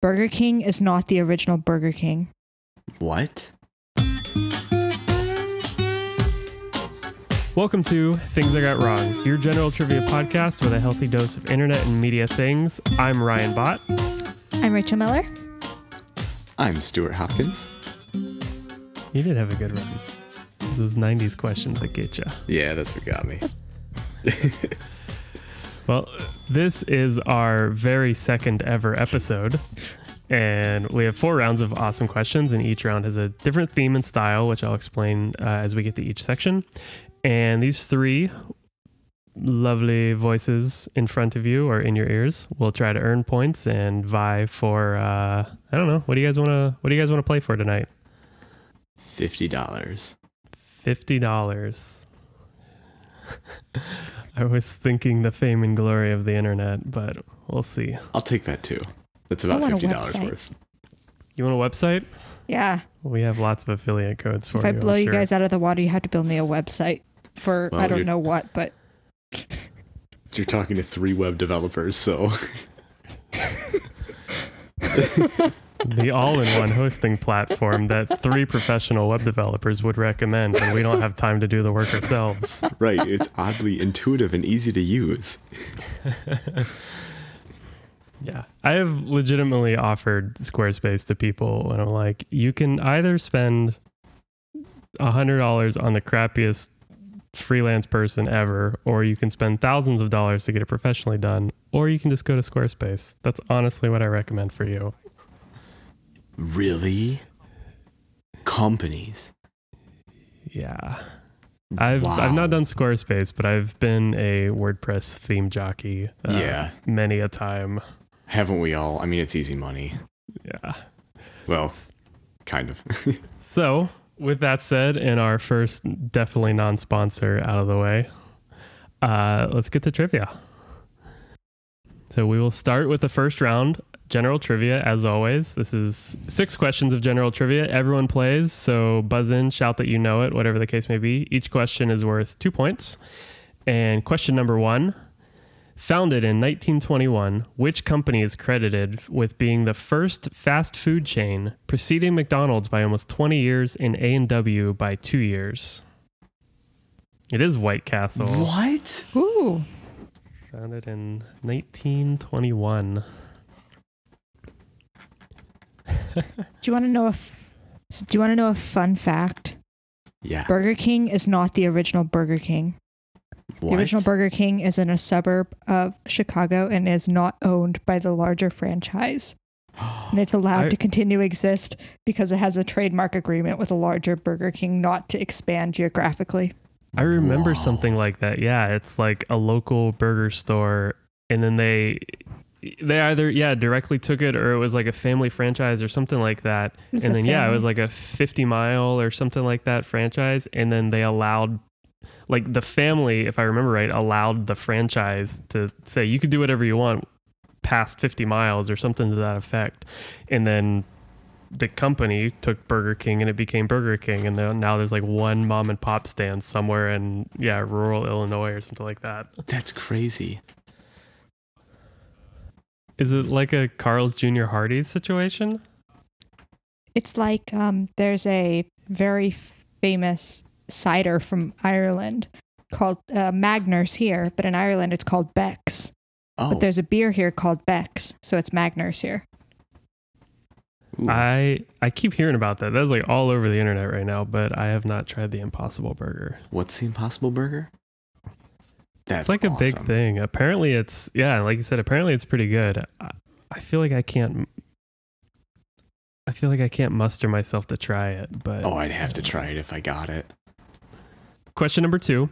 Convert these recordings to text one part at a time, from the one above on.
Burger King is not the original Burger King. What? Welcome to Things I Got Wrong, your general trivia podcast with a healthy dose of internet and media things. I'm Ryan Bott. I'm Rachel Miller. I'm Stuart Hopkins. You did have a good run. It's Those 90s questions that get you. Yeah, that's what got me. Well, this is our very second ever episode. And we have four rounds of awesome questions, and each round has a different theme and style, which I'll explain uh, as we get to each section. And these three lovely voices in front of you or in your ears will try to earn points and vie for uh, I don't know. What do you guys want to What do you guys want to play for tonight? Fifty dollars. Fifty dollars. I was thinking the fame and glory of the internet, but we'll see. I'll take that too. That's I about want a fifty dollars website. worth. You want a website? Yeah. We have lots of affiliate codes for if you. I blow I'm you Oh, sure. guys out of the water, you have to build me a website for Well, I don't you're- know what, but You're talking to three web developers, so the all-in-one hosting platform that three professional web developers would recommend, but we don't have time to do the work ourselves. right, it's oddly intuitive and easy to use. Yeah. I have legitimately offered Squarespace to people and I'm like, you can either spend a hundred dollars on the crappiest freelance person ever, or you can spend thousands of dollars to get it professionally done, or you can just go to Squarespace. That's honestly what I recommend for you. Really? Companies. Yeah. I've Wow. I've not done Squarespace, but I've been a WordPress theme jockey uh, Yeah. many a time. Haven't we all? I mean it's easy money. Yeah. Well kind of. So, with that said, and our first definitely non sponsor out of the way, uh, let's get to trivia. So, we will start with the first round general trivia, as always. This is six questions of general trivia. Everyone plays, so buzz in, shout that you know it, whatever the case may be. Each question is worth two points. And question number one. Founded in 1921, which company is credited with being the first fast food chain, preceding McDonald's by almost 20 years and A&W by 2 years? It is White Castle. what? ooh, Founded in 1921. do you want to know a f- do you want to know a fun fact? Yeah. Burger King is not the original Burger King. What? The original Burger King is in a suburb of Chicago and is not owned by the larger franchise. And it's allowed I- to continue exist because it has a trademark agreement with a larger Burger King not to expand geographically. I remember Wow. something like that. Yeah, it's like a local burger store and then they they either yeah, directly took it or it was like a family franchise or something like that. It's and a then yeah, it family. was like a 50 mile or something like that franchise and then they allowed like the family, if I remember right, allowed the franchise to say you could do whatever you want past 50 miles or something to that effect. And then the company took Burger King and it became Burger King, and then now there's like one mom and pop stand somewhere in yeah rural Illinois or something like that. That's crazy. Is it like a Carl's Jr. Hardee's situation? It's like um, there's a very famous cider from Ireland called uh, Magners here, but in Ireland it's called Beck's. Oh But there's a beer here called Beck's, so it's Magners here. Oh, ooh. I I keep hearing about that. That's like all over the internet right now, but I have not tried the Impossible Burger. what's the impossible burger? That's it's like a big awesome. thing. Apparently, it's yeah, like you said. Apparently, it's pretty good. I, I feel like I can't. I feel like I can't muster myself to try it, but Oh, I'd have to try it if I got it. Question number two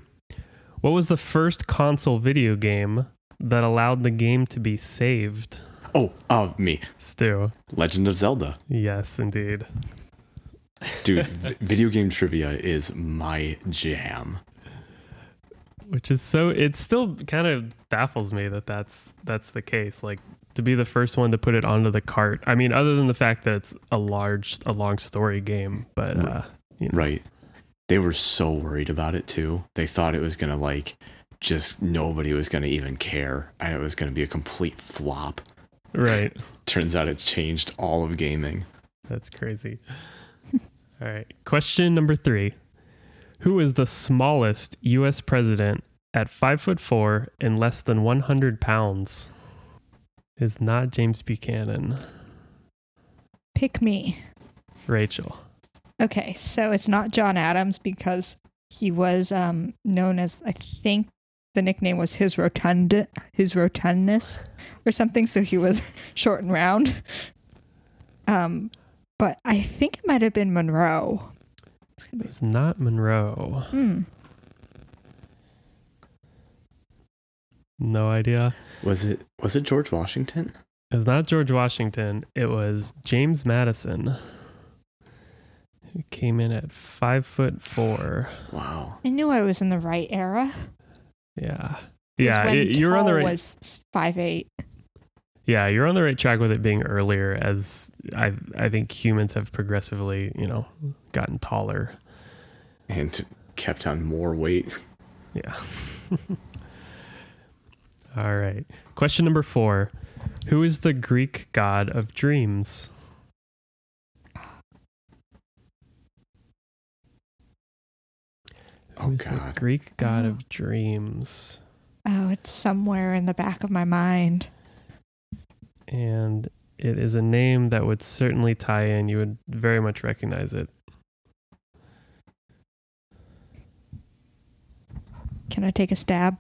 What was the first console video game that allowed the game to be saved? Oh, oh, me. Stu. Legend of Zelda. Yes, indeed. Dude, v- video game trivia is my jam. Which is so, it still kind of baffles me that that's, that's the case. Like, to be the first one to put it onto the cart. I mean, other than the fact that it's a large, a long story game, but uh, you know, Right. They were so worried about it too. They thought it was going to like just nobody was going to even care and it was going to be a complete flop. Right. Turns out it changed all of gaming. That's crazy. All right. Question number three Who is the smallest U.S. president at five foot four and less than 100 pounds? Is not James Buchanan. Pick me. Rachel. Okay, so it's not John Adams because he was um, known as I think the nickname was his rotund his rotundness or something. So he was short and round. Um, but I think it might have been Monroe. It's gonna be- It's not Monroe. Hmm. No idea. Was it was it George Washington? It was not George Washington. It was James Madison. Who came in at five foot four. Wow. I knew I was in the right era. Yeah. 'Cause Yeah. when it- you're on the tall right. Was five eight. yeah, you're on the right track with it being earlier, as I I think humans have progressively, you know, gotten taller. And kept on more weight. Yeah. All right. Question number four: Who is the Greek god of dreams? Oh Who's the god. Greek god Oh. of dreams? Oh, it's somewhere in the back of my mind. and it is a name that would certainly tie in. You would very much recognize it. Can I take a stab?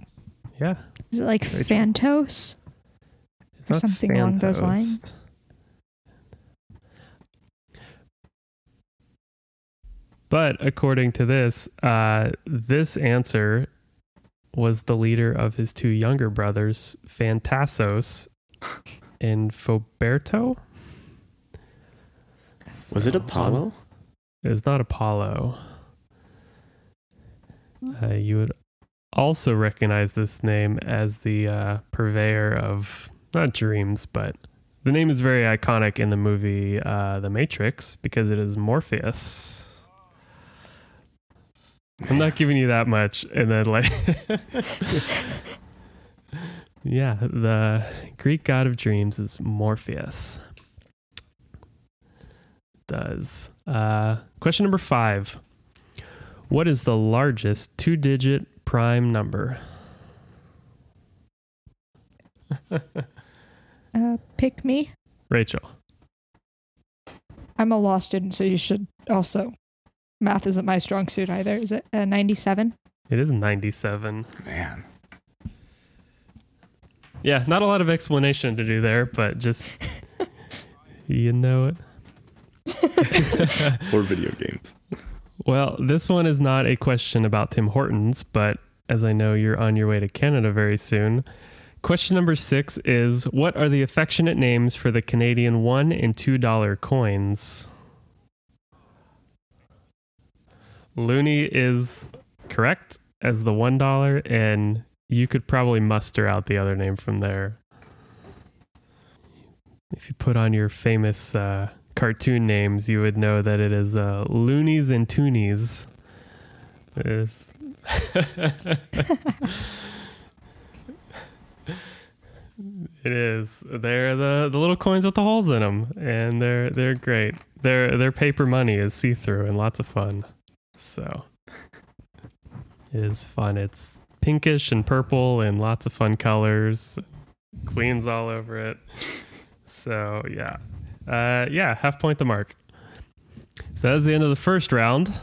Yeah, Is it like Very true. Phantos? it's Or not something along those Phantos. lines? But according to this, uh, this answer was the leader of his two younger brothers, Fantassos and Foberto. Was it So, um, Apollo? It's not Apollo. Uh, you would also recognize this name as the uh, purveyor of not dreams, but the name is very iconic in the movie uh, The Matrix because it is Morpheus. I'm not giving you that much, and then like, yeah, the Greek god of dreams is Morpheus. Does uh, question number five? What is the largest two-digit prime number? Uh, pick me. Rachel, I'm a law student, so you should also. Math isn't my strong suit either. Is it uh, 97? it is ninety-seven. Man. Yeah, not a lot of explanation to do there, but just you know it. Or video games. Well, this one is not a question about Tim Hortons, but as I know you're on your way to Canada very soon. Question number six is What are the affectionate names for the Canadian one and two dollar coins? Looney is correct as the one dollar, and you could probably muster out the other name from there. If you put on your famous uh, cartoon names, you would know that it is uh, Loonies and Toonies. Is- it is. They're the, the little coins with the holes in them, and they're they're great. Their their paper money is see through and lots of fun. So it is fun. It's pinkish and purple and lots of fun colors. Queens all over it. So yeah. Uh, yeah, half point the mark. So that's the end of the first round.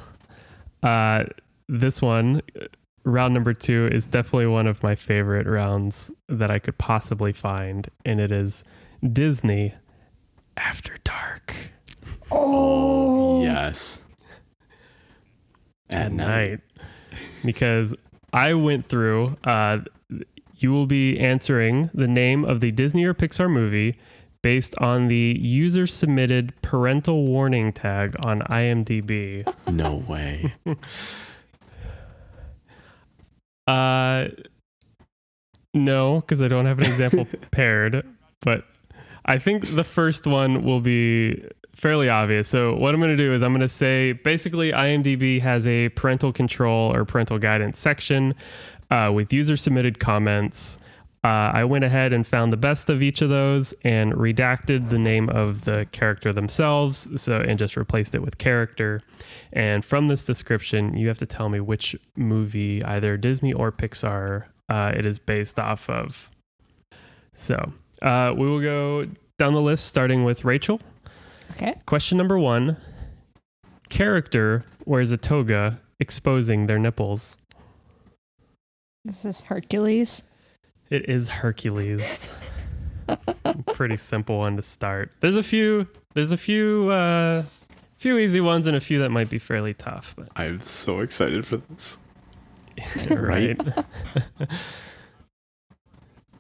Uh, this one, uh, round number two, is definitely one of my favorite rounds that I could possibly find, and it is Disney After Dark Oh, Yes. at night, because I went through. Uh, you will be answering the name of the Disney or Pixar movie based on the user submitted parental warning tag on IMDb. No way. Uh, no, because I don't have an example paired, but I think the first one will be fairly obvious. So what I'm going to do is I'm going to say basically IMDb has a parental control or parental guidance section uh, with user submitted comments Uh, I went ahead and found the best of each of those and redacted the name of the character themselves, so and just replaced it with character. And from this description, you have to tell me which movie, either Disney or Pixar, uh, it is based off of. So uh, we will go down the list, starting with Rachel. Okay. Question number one Character wears a toga exposing their nipples. This is Hercules. It is Hercules. Pretty simple one to start. There's a few, there's a few, uh, few easy ones and a few that might be fairly tough, but I'm so excited for this. right.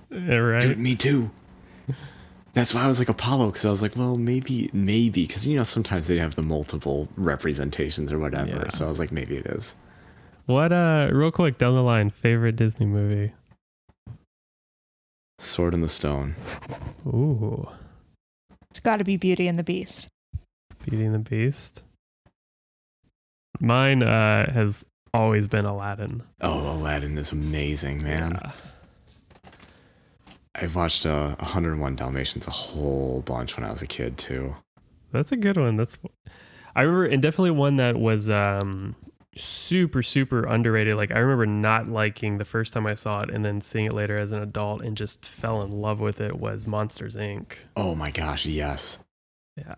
Yeah, right. Dude, me too. That's why I was like Apollo, because I was like, well, maybe, maybe, because you know sometimes they have the multiple representations or whatever. Yeah. So I was like, maybe it is. What uh real quick down the line, favorite Disney movie? Sword in the Stone. Ooh. It's got to be Beauty and the Beast. Beauty and the Beast. Mine uh has always been Aladdin. Oh, Aladdin is amazing, man. Yeah. I've watched uh, 101 Dalmatians a whole bunch when I was a kid too. That's a good one. That's I remember and definitely one that was um super super underrated. Like I remember not liking the first time I saw it and then seeing it later as an adult and just fell in love with it was Monsters Inc. Oh my gosh, yes. Yeah.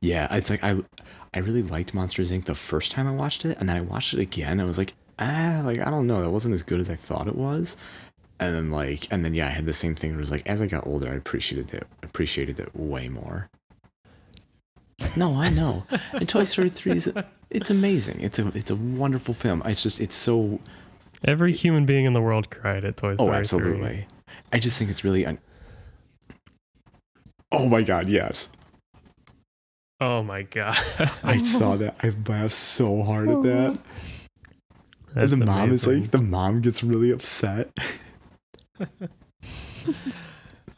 Yeah, it's like I I really liked Monsters Inc. the first time I watched it, and then I watched it again. And I was like, ah, like I don't know, that wasn't as good as I thought it was. And then like, and then yeah, I had the same thing. Where it was like, as I got older, I appreciated it, appreciated it way more. No, I know. and Toy Story Three is it's amazing. It's a it's a wonderful film. It's just it's so Every human being in the world cried at Toy Story oh 3. absolutely. I just think it's really. Un- oh my god, yes! Oh my god. I saw that. I laughed so hard at that. That's the mom is amazing. like, the mom gets really upset.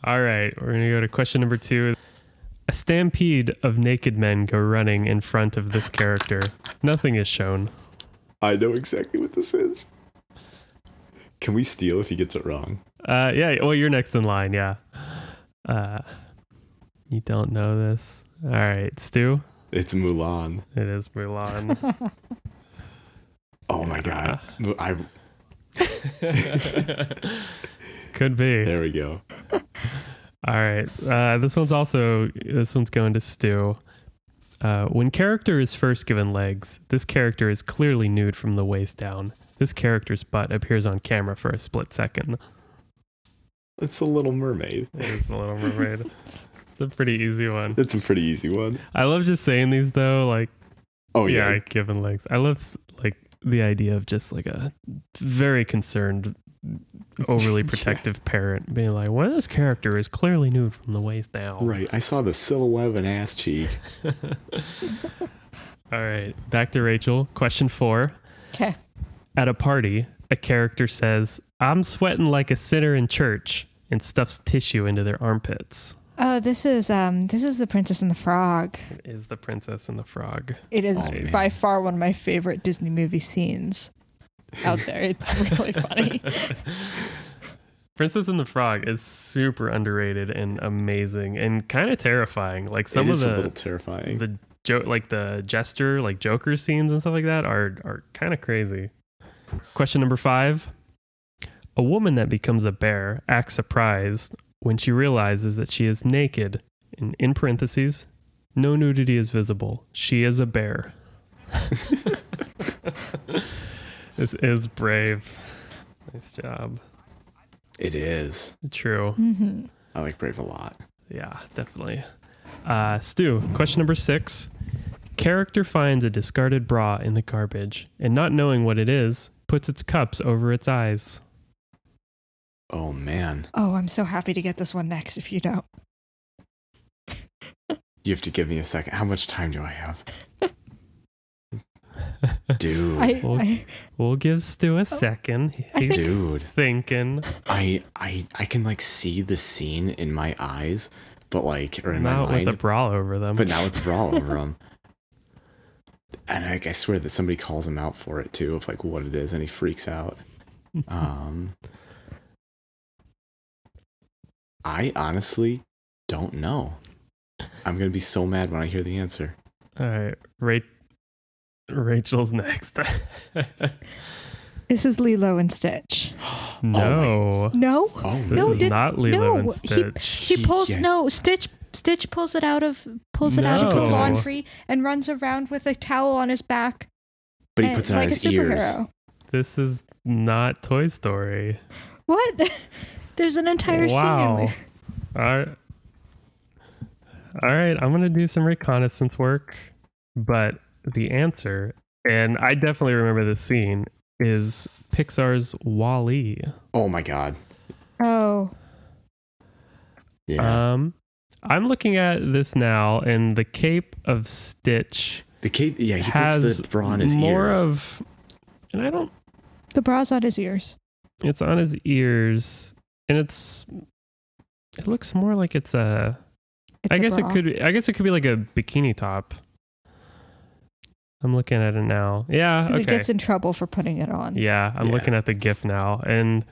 All right, we're going to go to question number two. A stampede of naked men go running in front of this character. Nothing is shown. I know exactly what this is. Can we steal if he gets it wrong? Uh, yeah, well, you're next in line, yeah. Uh, you don't know this. All right, Stu, It's Mulan. it is Mulan. Oh my god. Mu- I, Could be. there we go. All right. Uh, this one's also this one's going to Stu. Uh, when character is first given legs, this character is clearly nude from the waist down. This character's butt appears on camera for a split second. It's the Little Mermaid. It's the Little Mermaid. it's a pretty easy one. That's a pretty easy one. I love just saying these though. Like, Oh yeah, yeah. like, given legs. I love s- like the idea of just like a very concerned, overly Yeah. protective parent being like, "Well, this character is clearly nude from the waist down." Right. I saw the silhouette of an ass cheek. All right, back to Rachel. Question four. Okay. At a party, a character says, I'm sweating like a sinner in church, and stuffs tissue into their armpits. Oh, this is um, this is the Princess and the Frog. It is the princess and the frog. It is Oh, man. by far one of my favorite Disney movie scenes out there. It's really funny. Princess and the Frog is super underrated and amazing and kind of terrifying. Like some it of is a little the terrifying. the joke like the jester, like Joker scenes and stuff like that are are kind of crazy. Question number 5. A woman that becomes a bear acts surprised when she realizes that she is naked. And in parentheses, no nudity is visible. She is a bear. this is brave. Nice job. it is. True. Mhm. I like Brave a lot. Yeah, definitely. Uh, Stu, question number six. Character finds a discarded bra in the garbage and, not knowing what it is, puts its cups over its eyes. Oh man. Oh, I'm so happy to get this one next. If you don't, You have to give me a second. How much time do I have? Dude. I, Well, I We'll give Stu Oh. a second. He's Dude. thinking. I I I can like see the scene in my eyes, but like or in Not my with mind, a bra over them. but not with the bra over him. And I, I swear that somebody calls him out for it too, of like what it is, and he freaks out. Um, I honestly don't know. I'm gonna be so mad when I hear the answer. All right, Ra- Rachel's next. This is Lilo and Stitch. no, No, Oh this No, is did- not Lilo no, and he- Stitch. he pulls Yeah. no Stitch. Stitch pulls it out of pulls it out of the No. laundry and runs around with a towel on his back. But he and- puts it like on his a ears. superhero. This is not Toy Story. What? There's an entire wow. scene. in- All right. All right, I'm going to do some reconnaissance work, but the answer, and I definitely remember this scene, is Pixar's Wall-E. Oh my god. Oh, Yeah. Um, I'm looking at this now, and the cape of Stitch the cape. Yeah, he puts has the bra on his more ears. of, and I don't the bra's on his ears. It's on his ears, and it's. It looks more like it's a. It's I a guess bra. it could. Be, I guess it could be like a bikini top. I'm looking at it now. Yeah. 'Cause Okay. it gets in trouble for putting it on. yeah, I'm Yeah. looking at the GIF now, and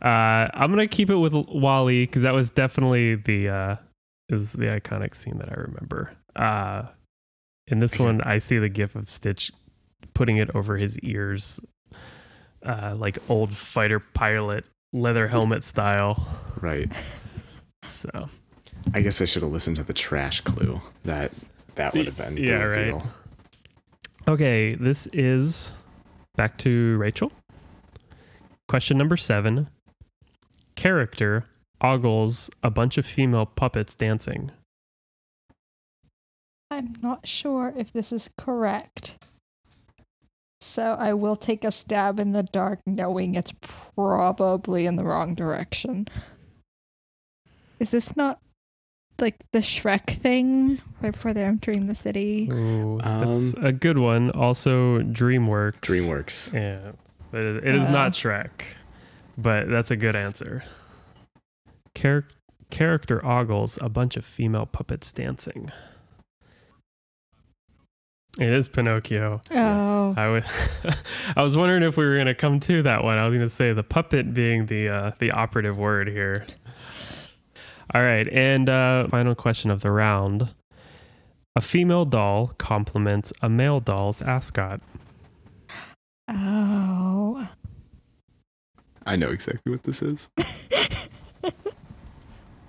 uh, I'm gonna keep it with Wally because that was definitely the uh, is the iconic scene that I remember. Uh, in this Okay. one, I see the GIF of Stitch putting it over his ears, uh, like old fighter pilot leather helmet style. right. So I guess I should have listened to the trash clue. That that would have been Yeah, the right. reveal. okay, this is back to Rachel. Question number seven. Character ogles a bunch of female puppets dancing. I'm not sure if this is correct. So I will take a stab in the dark, knowing it's probably in the wrong direction. Is this not like the Shrek thing right before they're entering the city? Ooh, that's Um, a good one. Also, DreamWorks. DreamWorks. Yeah, but it, it is Uh. not Shrek, but that's a good answer. Charac- character ogles a bunch of female puppets dancing. It is Pinocchio. Oh, I was, I was wondering if we were going to come to that one. I was going to say the puppet being the uh, the operative word here. All right, and uh, final question of the round: A female doll complements a male doll's ascot. oh. I know exactly what this is.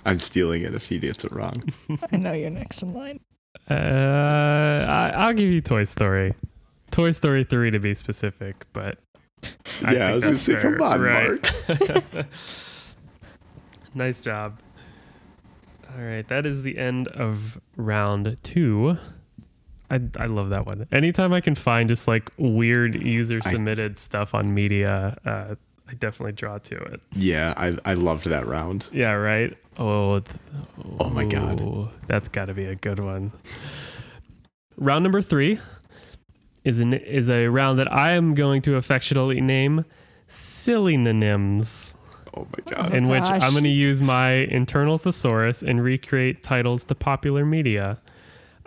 I'm stealing it if he gets it wrong. I know you're next in line. Uh, I, I'll give you Toy Story, Toy Story three to be specific, but I yeah, I think was gonna that's say, fair. come on, Right. Mark. nice job. All right, that is the end of round two. I, I love that one. Anytime I can find just like weird user I- submitted stuff on media, uh, I definitely draw to it. Yeah, I I loved that round. Yeah, right. Oh, th- Oh my God. Ooh, that's got to be a good one. round number three is an is a round that I am going to affectionately name Sillynonyms, Oh my god. in which gosh. I'm going to use my internal thesaurus and recreate titles to popular media.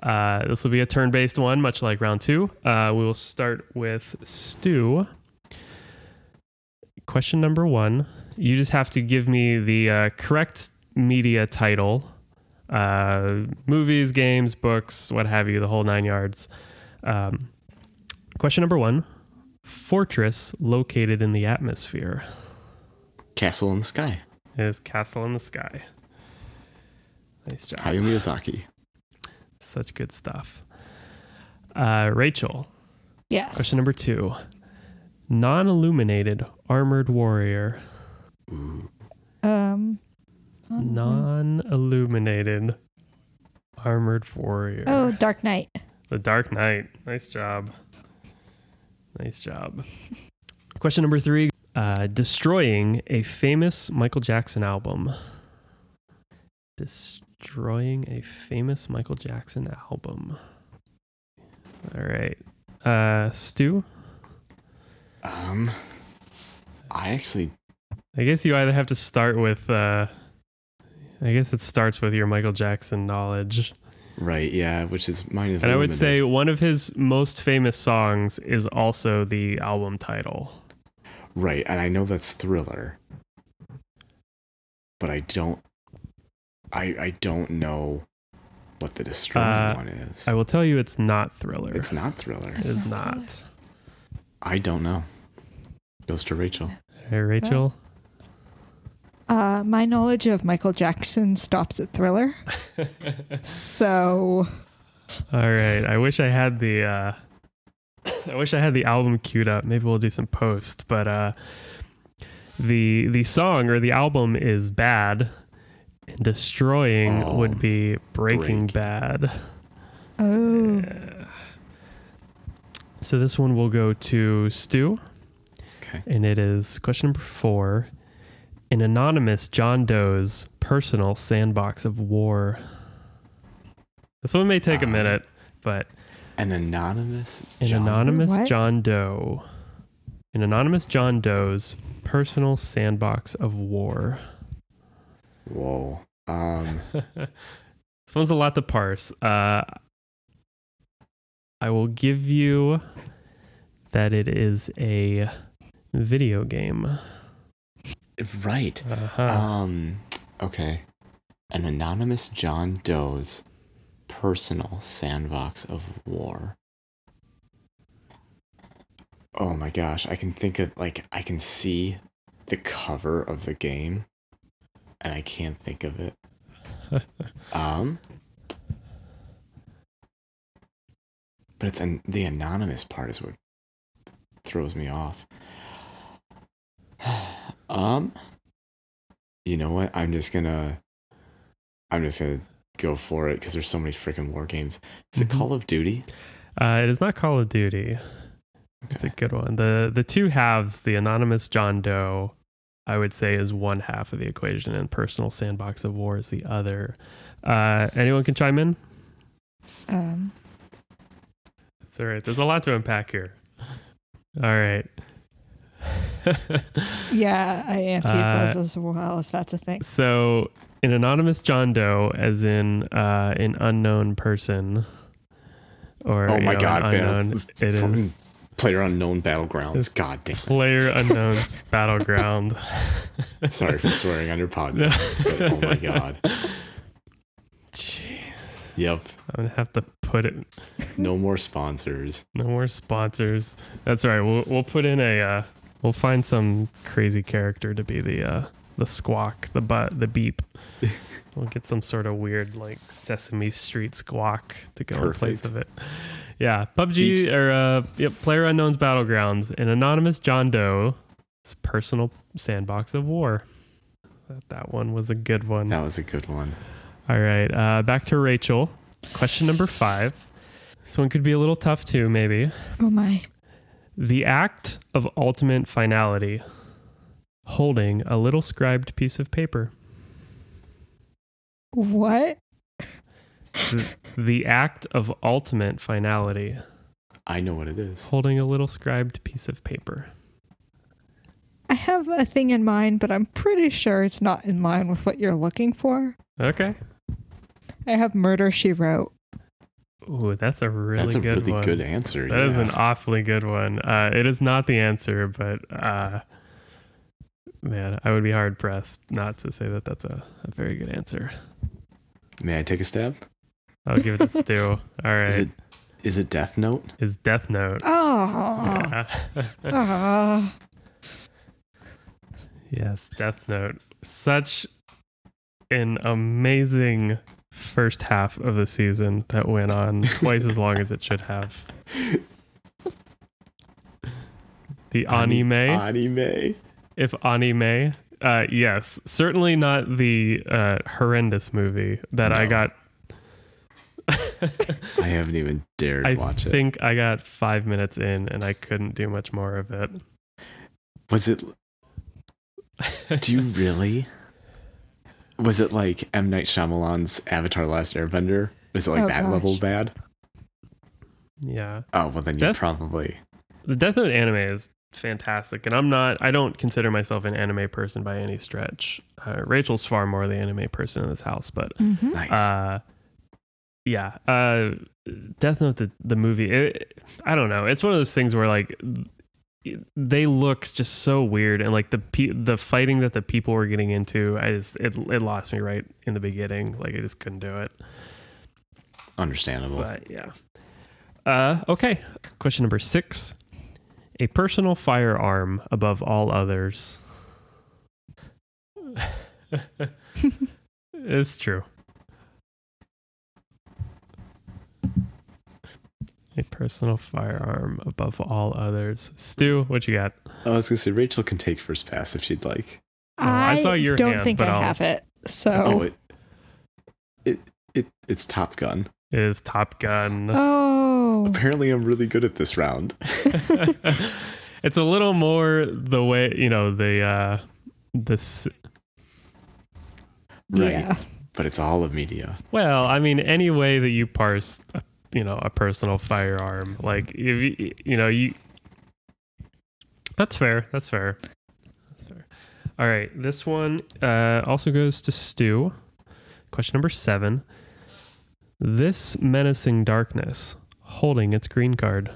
Uh, this will be a turn-based one, much like round two. Uh, we will start with Stu. Question number one: You just have to give me the uh, correct media title, uh, movies, games, books, what have you, the whole nine yards. Um, question number one: Fortress located in the atmosphere Castle in the Sky. is Castle in the Sky. Nice job. Hayao Miyazaki. Such good stuff. Uh, Rachel, Yes. question number two. Non illuminated armored warrior. um. um, Non illuminated armored warrior. Oh, Dark Knight. The Dark Knight. Nice job. Nice job. question number three. Uh, destroying a famous Michael Jackson album. Destroying a famous Michael Jackson album. All right. Uh, Stu, Um, I actually I guess you either have to start with. Uh, I guess it starts with your Michael Jackson knowledge. right. Yeah, which is mine is. And I would limited. say one of his most famous songs is also the album title. right, and I know that's Thriller, but I don't I I don't know what the destroying Uh, one is. I will tell you, it's not thriller. it's not thriller. It is It's not not. I don't know. Goes to Rachel. Hey, Rachel. Uh, my knowledge of Michael Jackson stops at Thriller. so All right. I wish I had the. Uh, I wish I had the album queued up. Maybe we'll do some post, but uh, the the song or the album is bad, and destroying Oh, would be breaking Break. bad. oh So this one will go to Stu. Okay. and it is question number four an anonymous john doe's personal sandbox of war this one may take a Um, minute but An anonymous. an John- anonymous What? john doe an anonymous john doe's personal sandbox of war Whoa. Um. this one's a lot to parse uh, i will give you that it is a video game Right. uh-huh. Um. Okay. An anonymous John Doe's personal sandbox of war. Oh my gosh, I can think of like I can see the cover of the game and I can't think of it. um But it's an, the anonymous part is what throws me off. um you know what? I'm just gonna, I'm just gonna go for it because there's so many freaking war games. Is Mhm. it Call of Duty? Uh, it is not Call of Duty. It's a good one. The the two halves, the anonymous John Doe, I would say is one half of the equation, and personal sandbox of war is the other. Uh, anyone can chime in. um, It's all right. There's a lot to unpack here. All right. yeah, I anti Uh, buzz as well if that's a thing. so an anonymous John Doe, as in uh, an unknown person, or oh you my know, god, an unknown. man! It is Player Unknown Battlegrounds. God damn! player unknown's battleground. it. Sorry for swearing on your No. podcast. but oh my god. Jeez. Yep. I'm gonna have to put it. No more sponsors. No more sponsors. That's all right. We'll we'll put in a. Uh, we'll find some crazy character to be the uh, the squawk, the but, the beep. we'll get some sort of weird like Sesame Street squawk to go in place Perfect. of it. Yeah, PUBG or uh, yep, Player Unknown's Battlegrounds, an anonymous John Doe's personal sandbox of war. That that one was a good one. That was a good one. All right, uh, back to Rachel. Question number five. This one could be a little tough too, maybe. Oh my. The act of ultimate finality, holding a little scribed piece of paper. What? Hmm. The act of ultimate finality, I know what it is. holding a little scribed piece of paper. I have a thing in mind, but I'm pretty sure it's not in line with what you're looking for. Okay. I have Murder She Wrote. Ooh, that's a really That's a good really one. good answer. That is yeah. an awfully good one. Uh, it is not the answer, but uh, man, I would be hard pressed not to say that that's a, a very good answer. May I take a stab? I'll give it to Stu. All right. Is Is, it is it Death Note? Death Note. Oh. Yeah. Ah. yes, Death Note. Such an amazing first half of the season that went on twice as long as it should have. The anime, Anime. if anime, uh, yes, certainly not the uh, horrendous movie that I No. got. I haven't even dared I watch it. think I got five minutes in and I couldn't do much more of it. Was it Do you really? Was it like M Night Shyamalan's Avatar: Last Airbender? Was it like Oh, that gosh. level bad? yeah. Oh well, then you That's- probably the Death Note anime is fantastic, and I'm not. I don't consider myself an anime person by any stretch. Uh, Rachel's far more the anime person in this house, but Mhm. nice. uh, yeah, uh, Death Note the, the movie. It, I don't know. It's one of those things where like they look just so weird and like the pe- the fighting that the people were getting into i just it, it lost me right in the beginning like i just couldn't do it Understandable. but yeah uh okay question number six a personal firearm above all others it's true a personal firearm above all others stu what you got Oh, I was gonna say Rachel can take first pass if she'd like. Oh, I saw your don't hand, think but I I'll- have it. So oh, Oh, it, it it it's Top Gun. It is top gun oh, Apparently, I'm really good at this round. it's a little more the way you know the uh this Right. yeah. But it's all of media. well i mean any way that you parse uh, you know a personal firearm like if you, you know you that's fair that's fair that's fair all right this one uh also goes to stu question number seven this menacing darkness holding its green card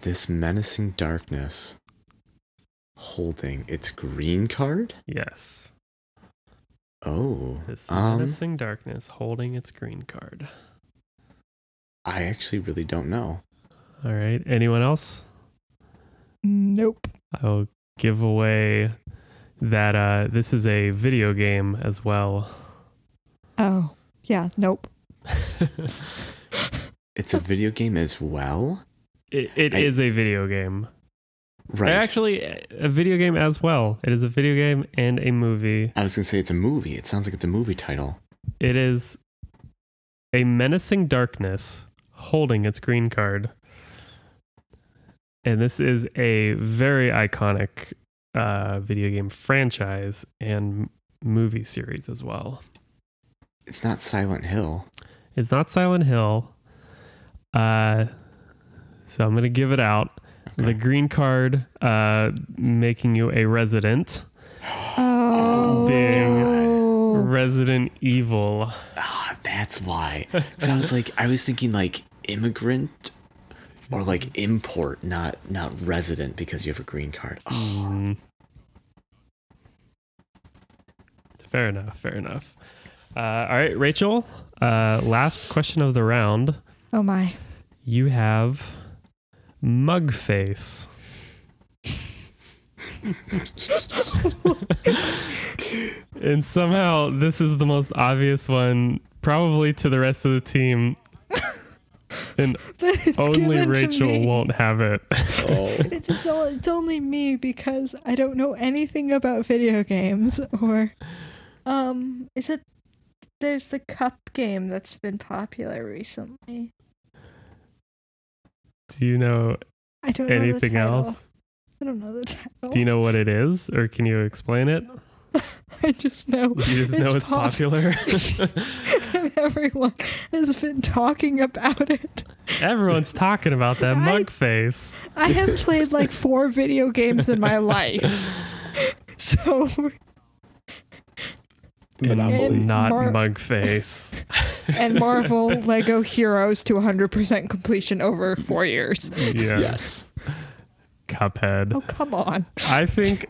This menacing darkness holding its green card. yes Oh, This Um, menacing darkness holding its green card. I actually really don't know. All right. Anyone else? Nope. I will give away that uh, this is a video game as well. Oh. Yeah, nope. It's a video game as well, It, it I- is a video game. right? Actually, a video game as well. It is a video game and a movie. I was gonna say it's a movie. It sounds like it's a movie title. It is a menacing darkness holding its green card. And this is a very iconic uh, video game franchise and m- movie series as well. It's not Silent Hill. It's not Silent Hill. Uh, so I'm going to give it out. The green card uh, making you a resident. Oh. Dang. Resident Evil. Ah, that's why. So I was like, I was thinking like immigrant or like import, not not resident because you have a green card. Oh, Hmm. Fair enough. Fair enough. Uh, all right, Rachel. Uh, last question of the round. Oh my. You have mug face. and somehow this is the most obvious one, probably to the rest of the team. And But it's only given to Rachel me. won't have it. oh. It's it's, all, it's only me because I don't know anything about video games or um is it there's the cup game that's been popular recently. Do you know I don't anything know the title. else? I don't know the title. Do you know what it is, or can you explain it? I just know You just know it's pop- popular. and everyone has been talking about it. Everyone's talking about that I- mug face. I have played like four video games in my life. So Monopoly. And not Mar- mug face. and Marvel Lego Heroes to 100% completion over 4 years. yes. Yes. Cuphead. Oh, come on. I think.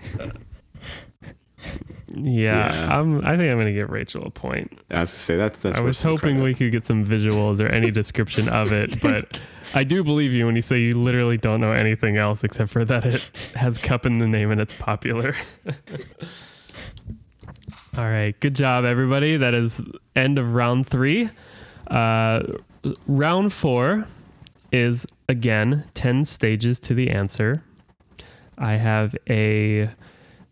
Yeah, Yeah. I'm. I think I'm gonna give Rachel a point. I was to say that's that's. I worth was some hoping credit. we could get some visuals or any description of it, but I do believe you when you say you literally don't know anything else except for that it has cup in the name and it's popular. All right, good job, everybody. That is end of round three. Uh, round four is again ten stages to the answer. I have a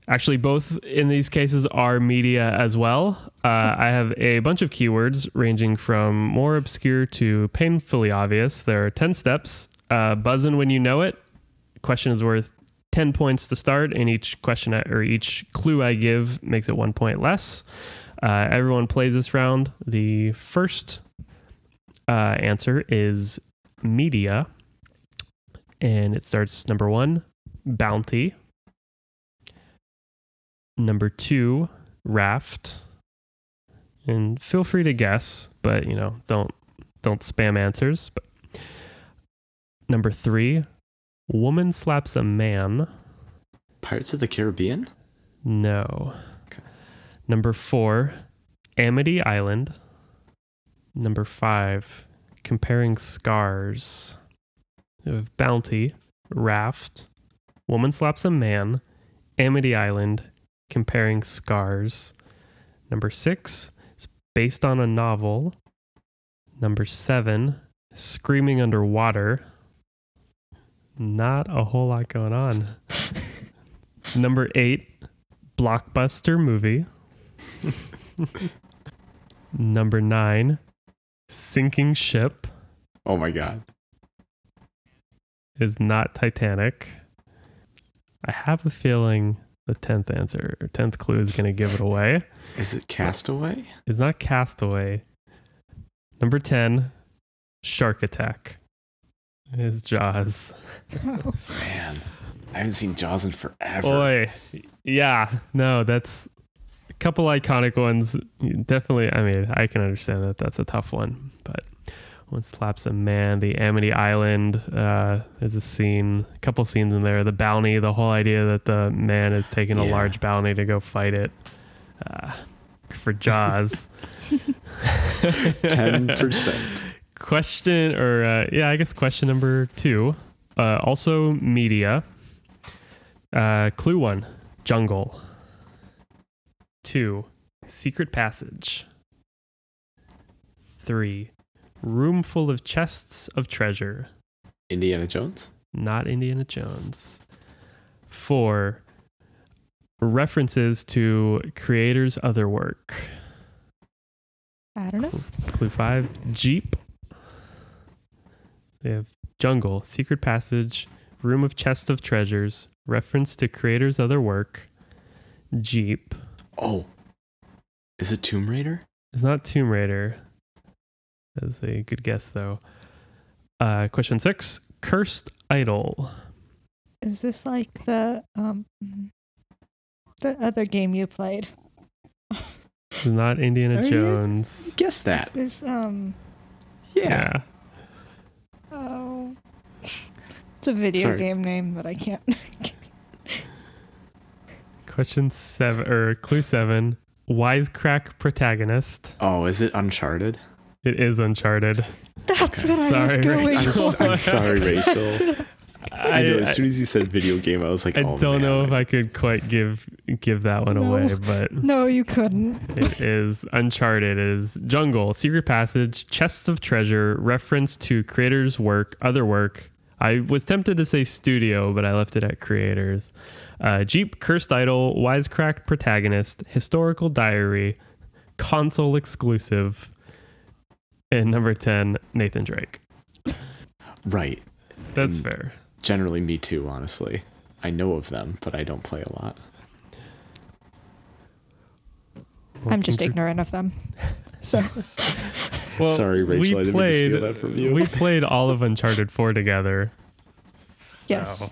actually both in these cases are media as well uh, i have a bunch of keywords ranging from more obscure to painfully obvious there are 10 steps uh, buzz in when you know it question is worth 10 points to start and each question I, or each clue i give makes it one point less uh, everyone plays this round the first uh, answer is media and it starts number one bounty number two raft and feel free to guess but you know don't don't spam answers but number three Woman slaps a man. Pirates of the Caribbean? No. Okay. Number four, Amity Island. Number five, comparing scars. We have Bounty, Raft, Woman Slaps a Man, Amity Island, comparing scars. Number six is based on a novel. Number seven, Screaming Underwater. Not a whole lot going on. Number eight, blockbuster movie. Number nine, sinking ship Oh my god. is not Titanic. I have a feeling the tenth answer, or tenth clue, is going to give it away. Is it Castaway? It's not Castaway. Number ten, Shark Attack. Is Jaws. Man, I haven't seen Jaws in forever. Boy, yeah, no, that's a couple iconic ones. Definitely, I mean, I can understand that that's a tough one, but one slaps a man. The Amity Island, uh, there's a scene, a couple scenes in there. The bounty, the whole idea that the man is taking a Yeah. large bounty to go fight it uh, for Jaws. 10%. question or uh, yeah i guess question number two uh, also media uh, clue one jungle two secret passage three room full of chests of treasure Indiana Jones? not indiana jones four references to creators other work I don't know. Clue five, Jeep. They have Jungle, Secret Passage, Room of Chest of Treasures, reference to creator's other work, Jeep. Oh. Is it Tomb Raider? It's not Tomb Raider. That's a good guess, though. Uh, question six, Cursed Idol. Is this like the um the other game you played? It's not Indiana There it is. Jones. Guess that. This um Yeah. oh it's a video Sorry. game name that I can't Question seven, or clue seven, Wisecrack Protagonist. Oh, is it Uncharted? It is Uncharted. That's what I was Sorry, going I'm, Rachel. for. s- I'm sorry, Rachel. I know. I- As soon as you said video game, I was like, I oh, man. don't know if I could quite give give that one No. away, but No, you couldn't. it is Uncharted. It is Jungle, Secret Passage, Chests of Treasure, reference to creators' work, other work. I was tempted to say studio, but I left it at creators. Uh, Jeep, Cursed Idol, Wisecrack Protagonist, Historical Diary, Console Exclusive, and number 10, Nathan Drake. Right. That's Mm. fair. Generally, me too, honestly. I know of them, but I don't play a lot. I'm just ignorant of them. So Well, Sorry, Rachel, I didn't mean to steal that from you. We played all of Uncharted 4 together. yes.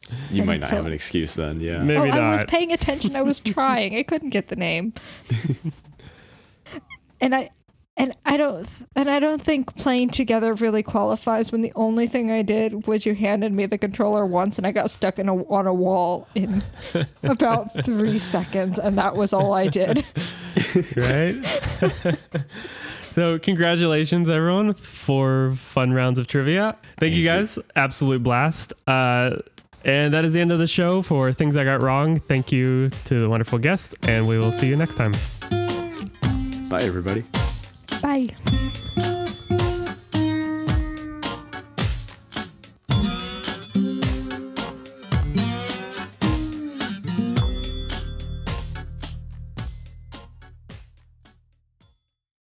So, You And might not so- have an excuse then, yeah. Maybe oh, I was not. paying attention. I was trying. I couldn't get the name. and I and I don't and I don't think playing together really qualifies when the only thing I did was you handed me the controller once and I got stuck in a, on a wall in about 3 seconds and that was all I did. right? so, congratulations, everyone, for fun rounds of trivia. Thank you guys. Absolute blast. Uh, and that is the end of the show for Things I Got Wrong. Thank you to the wonderful guests, and we will see you next time. Bye, everybody. Bye.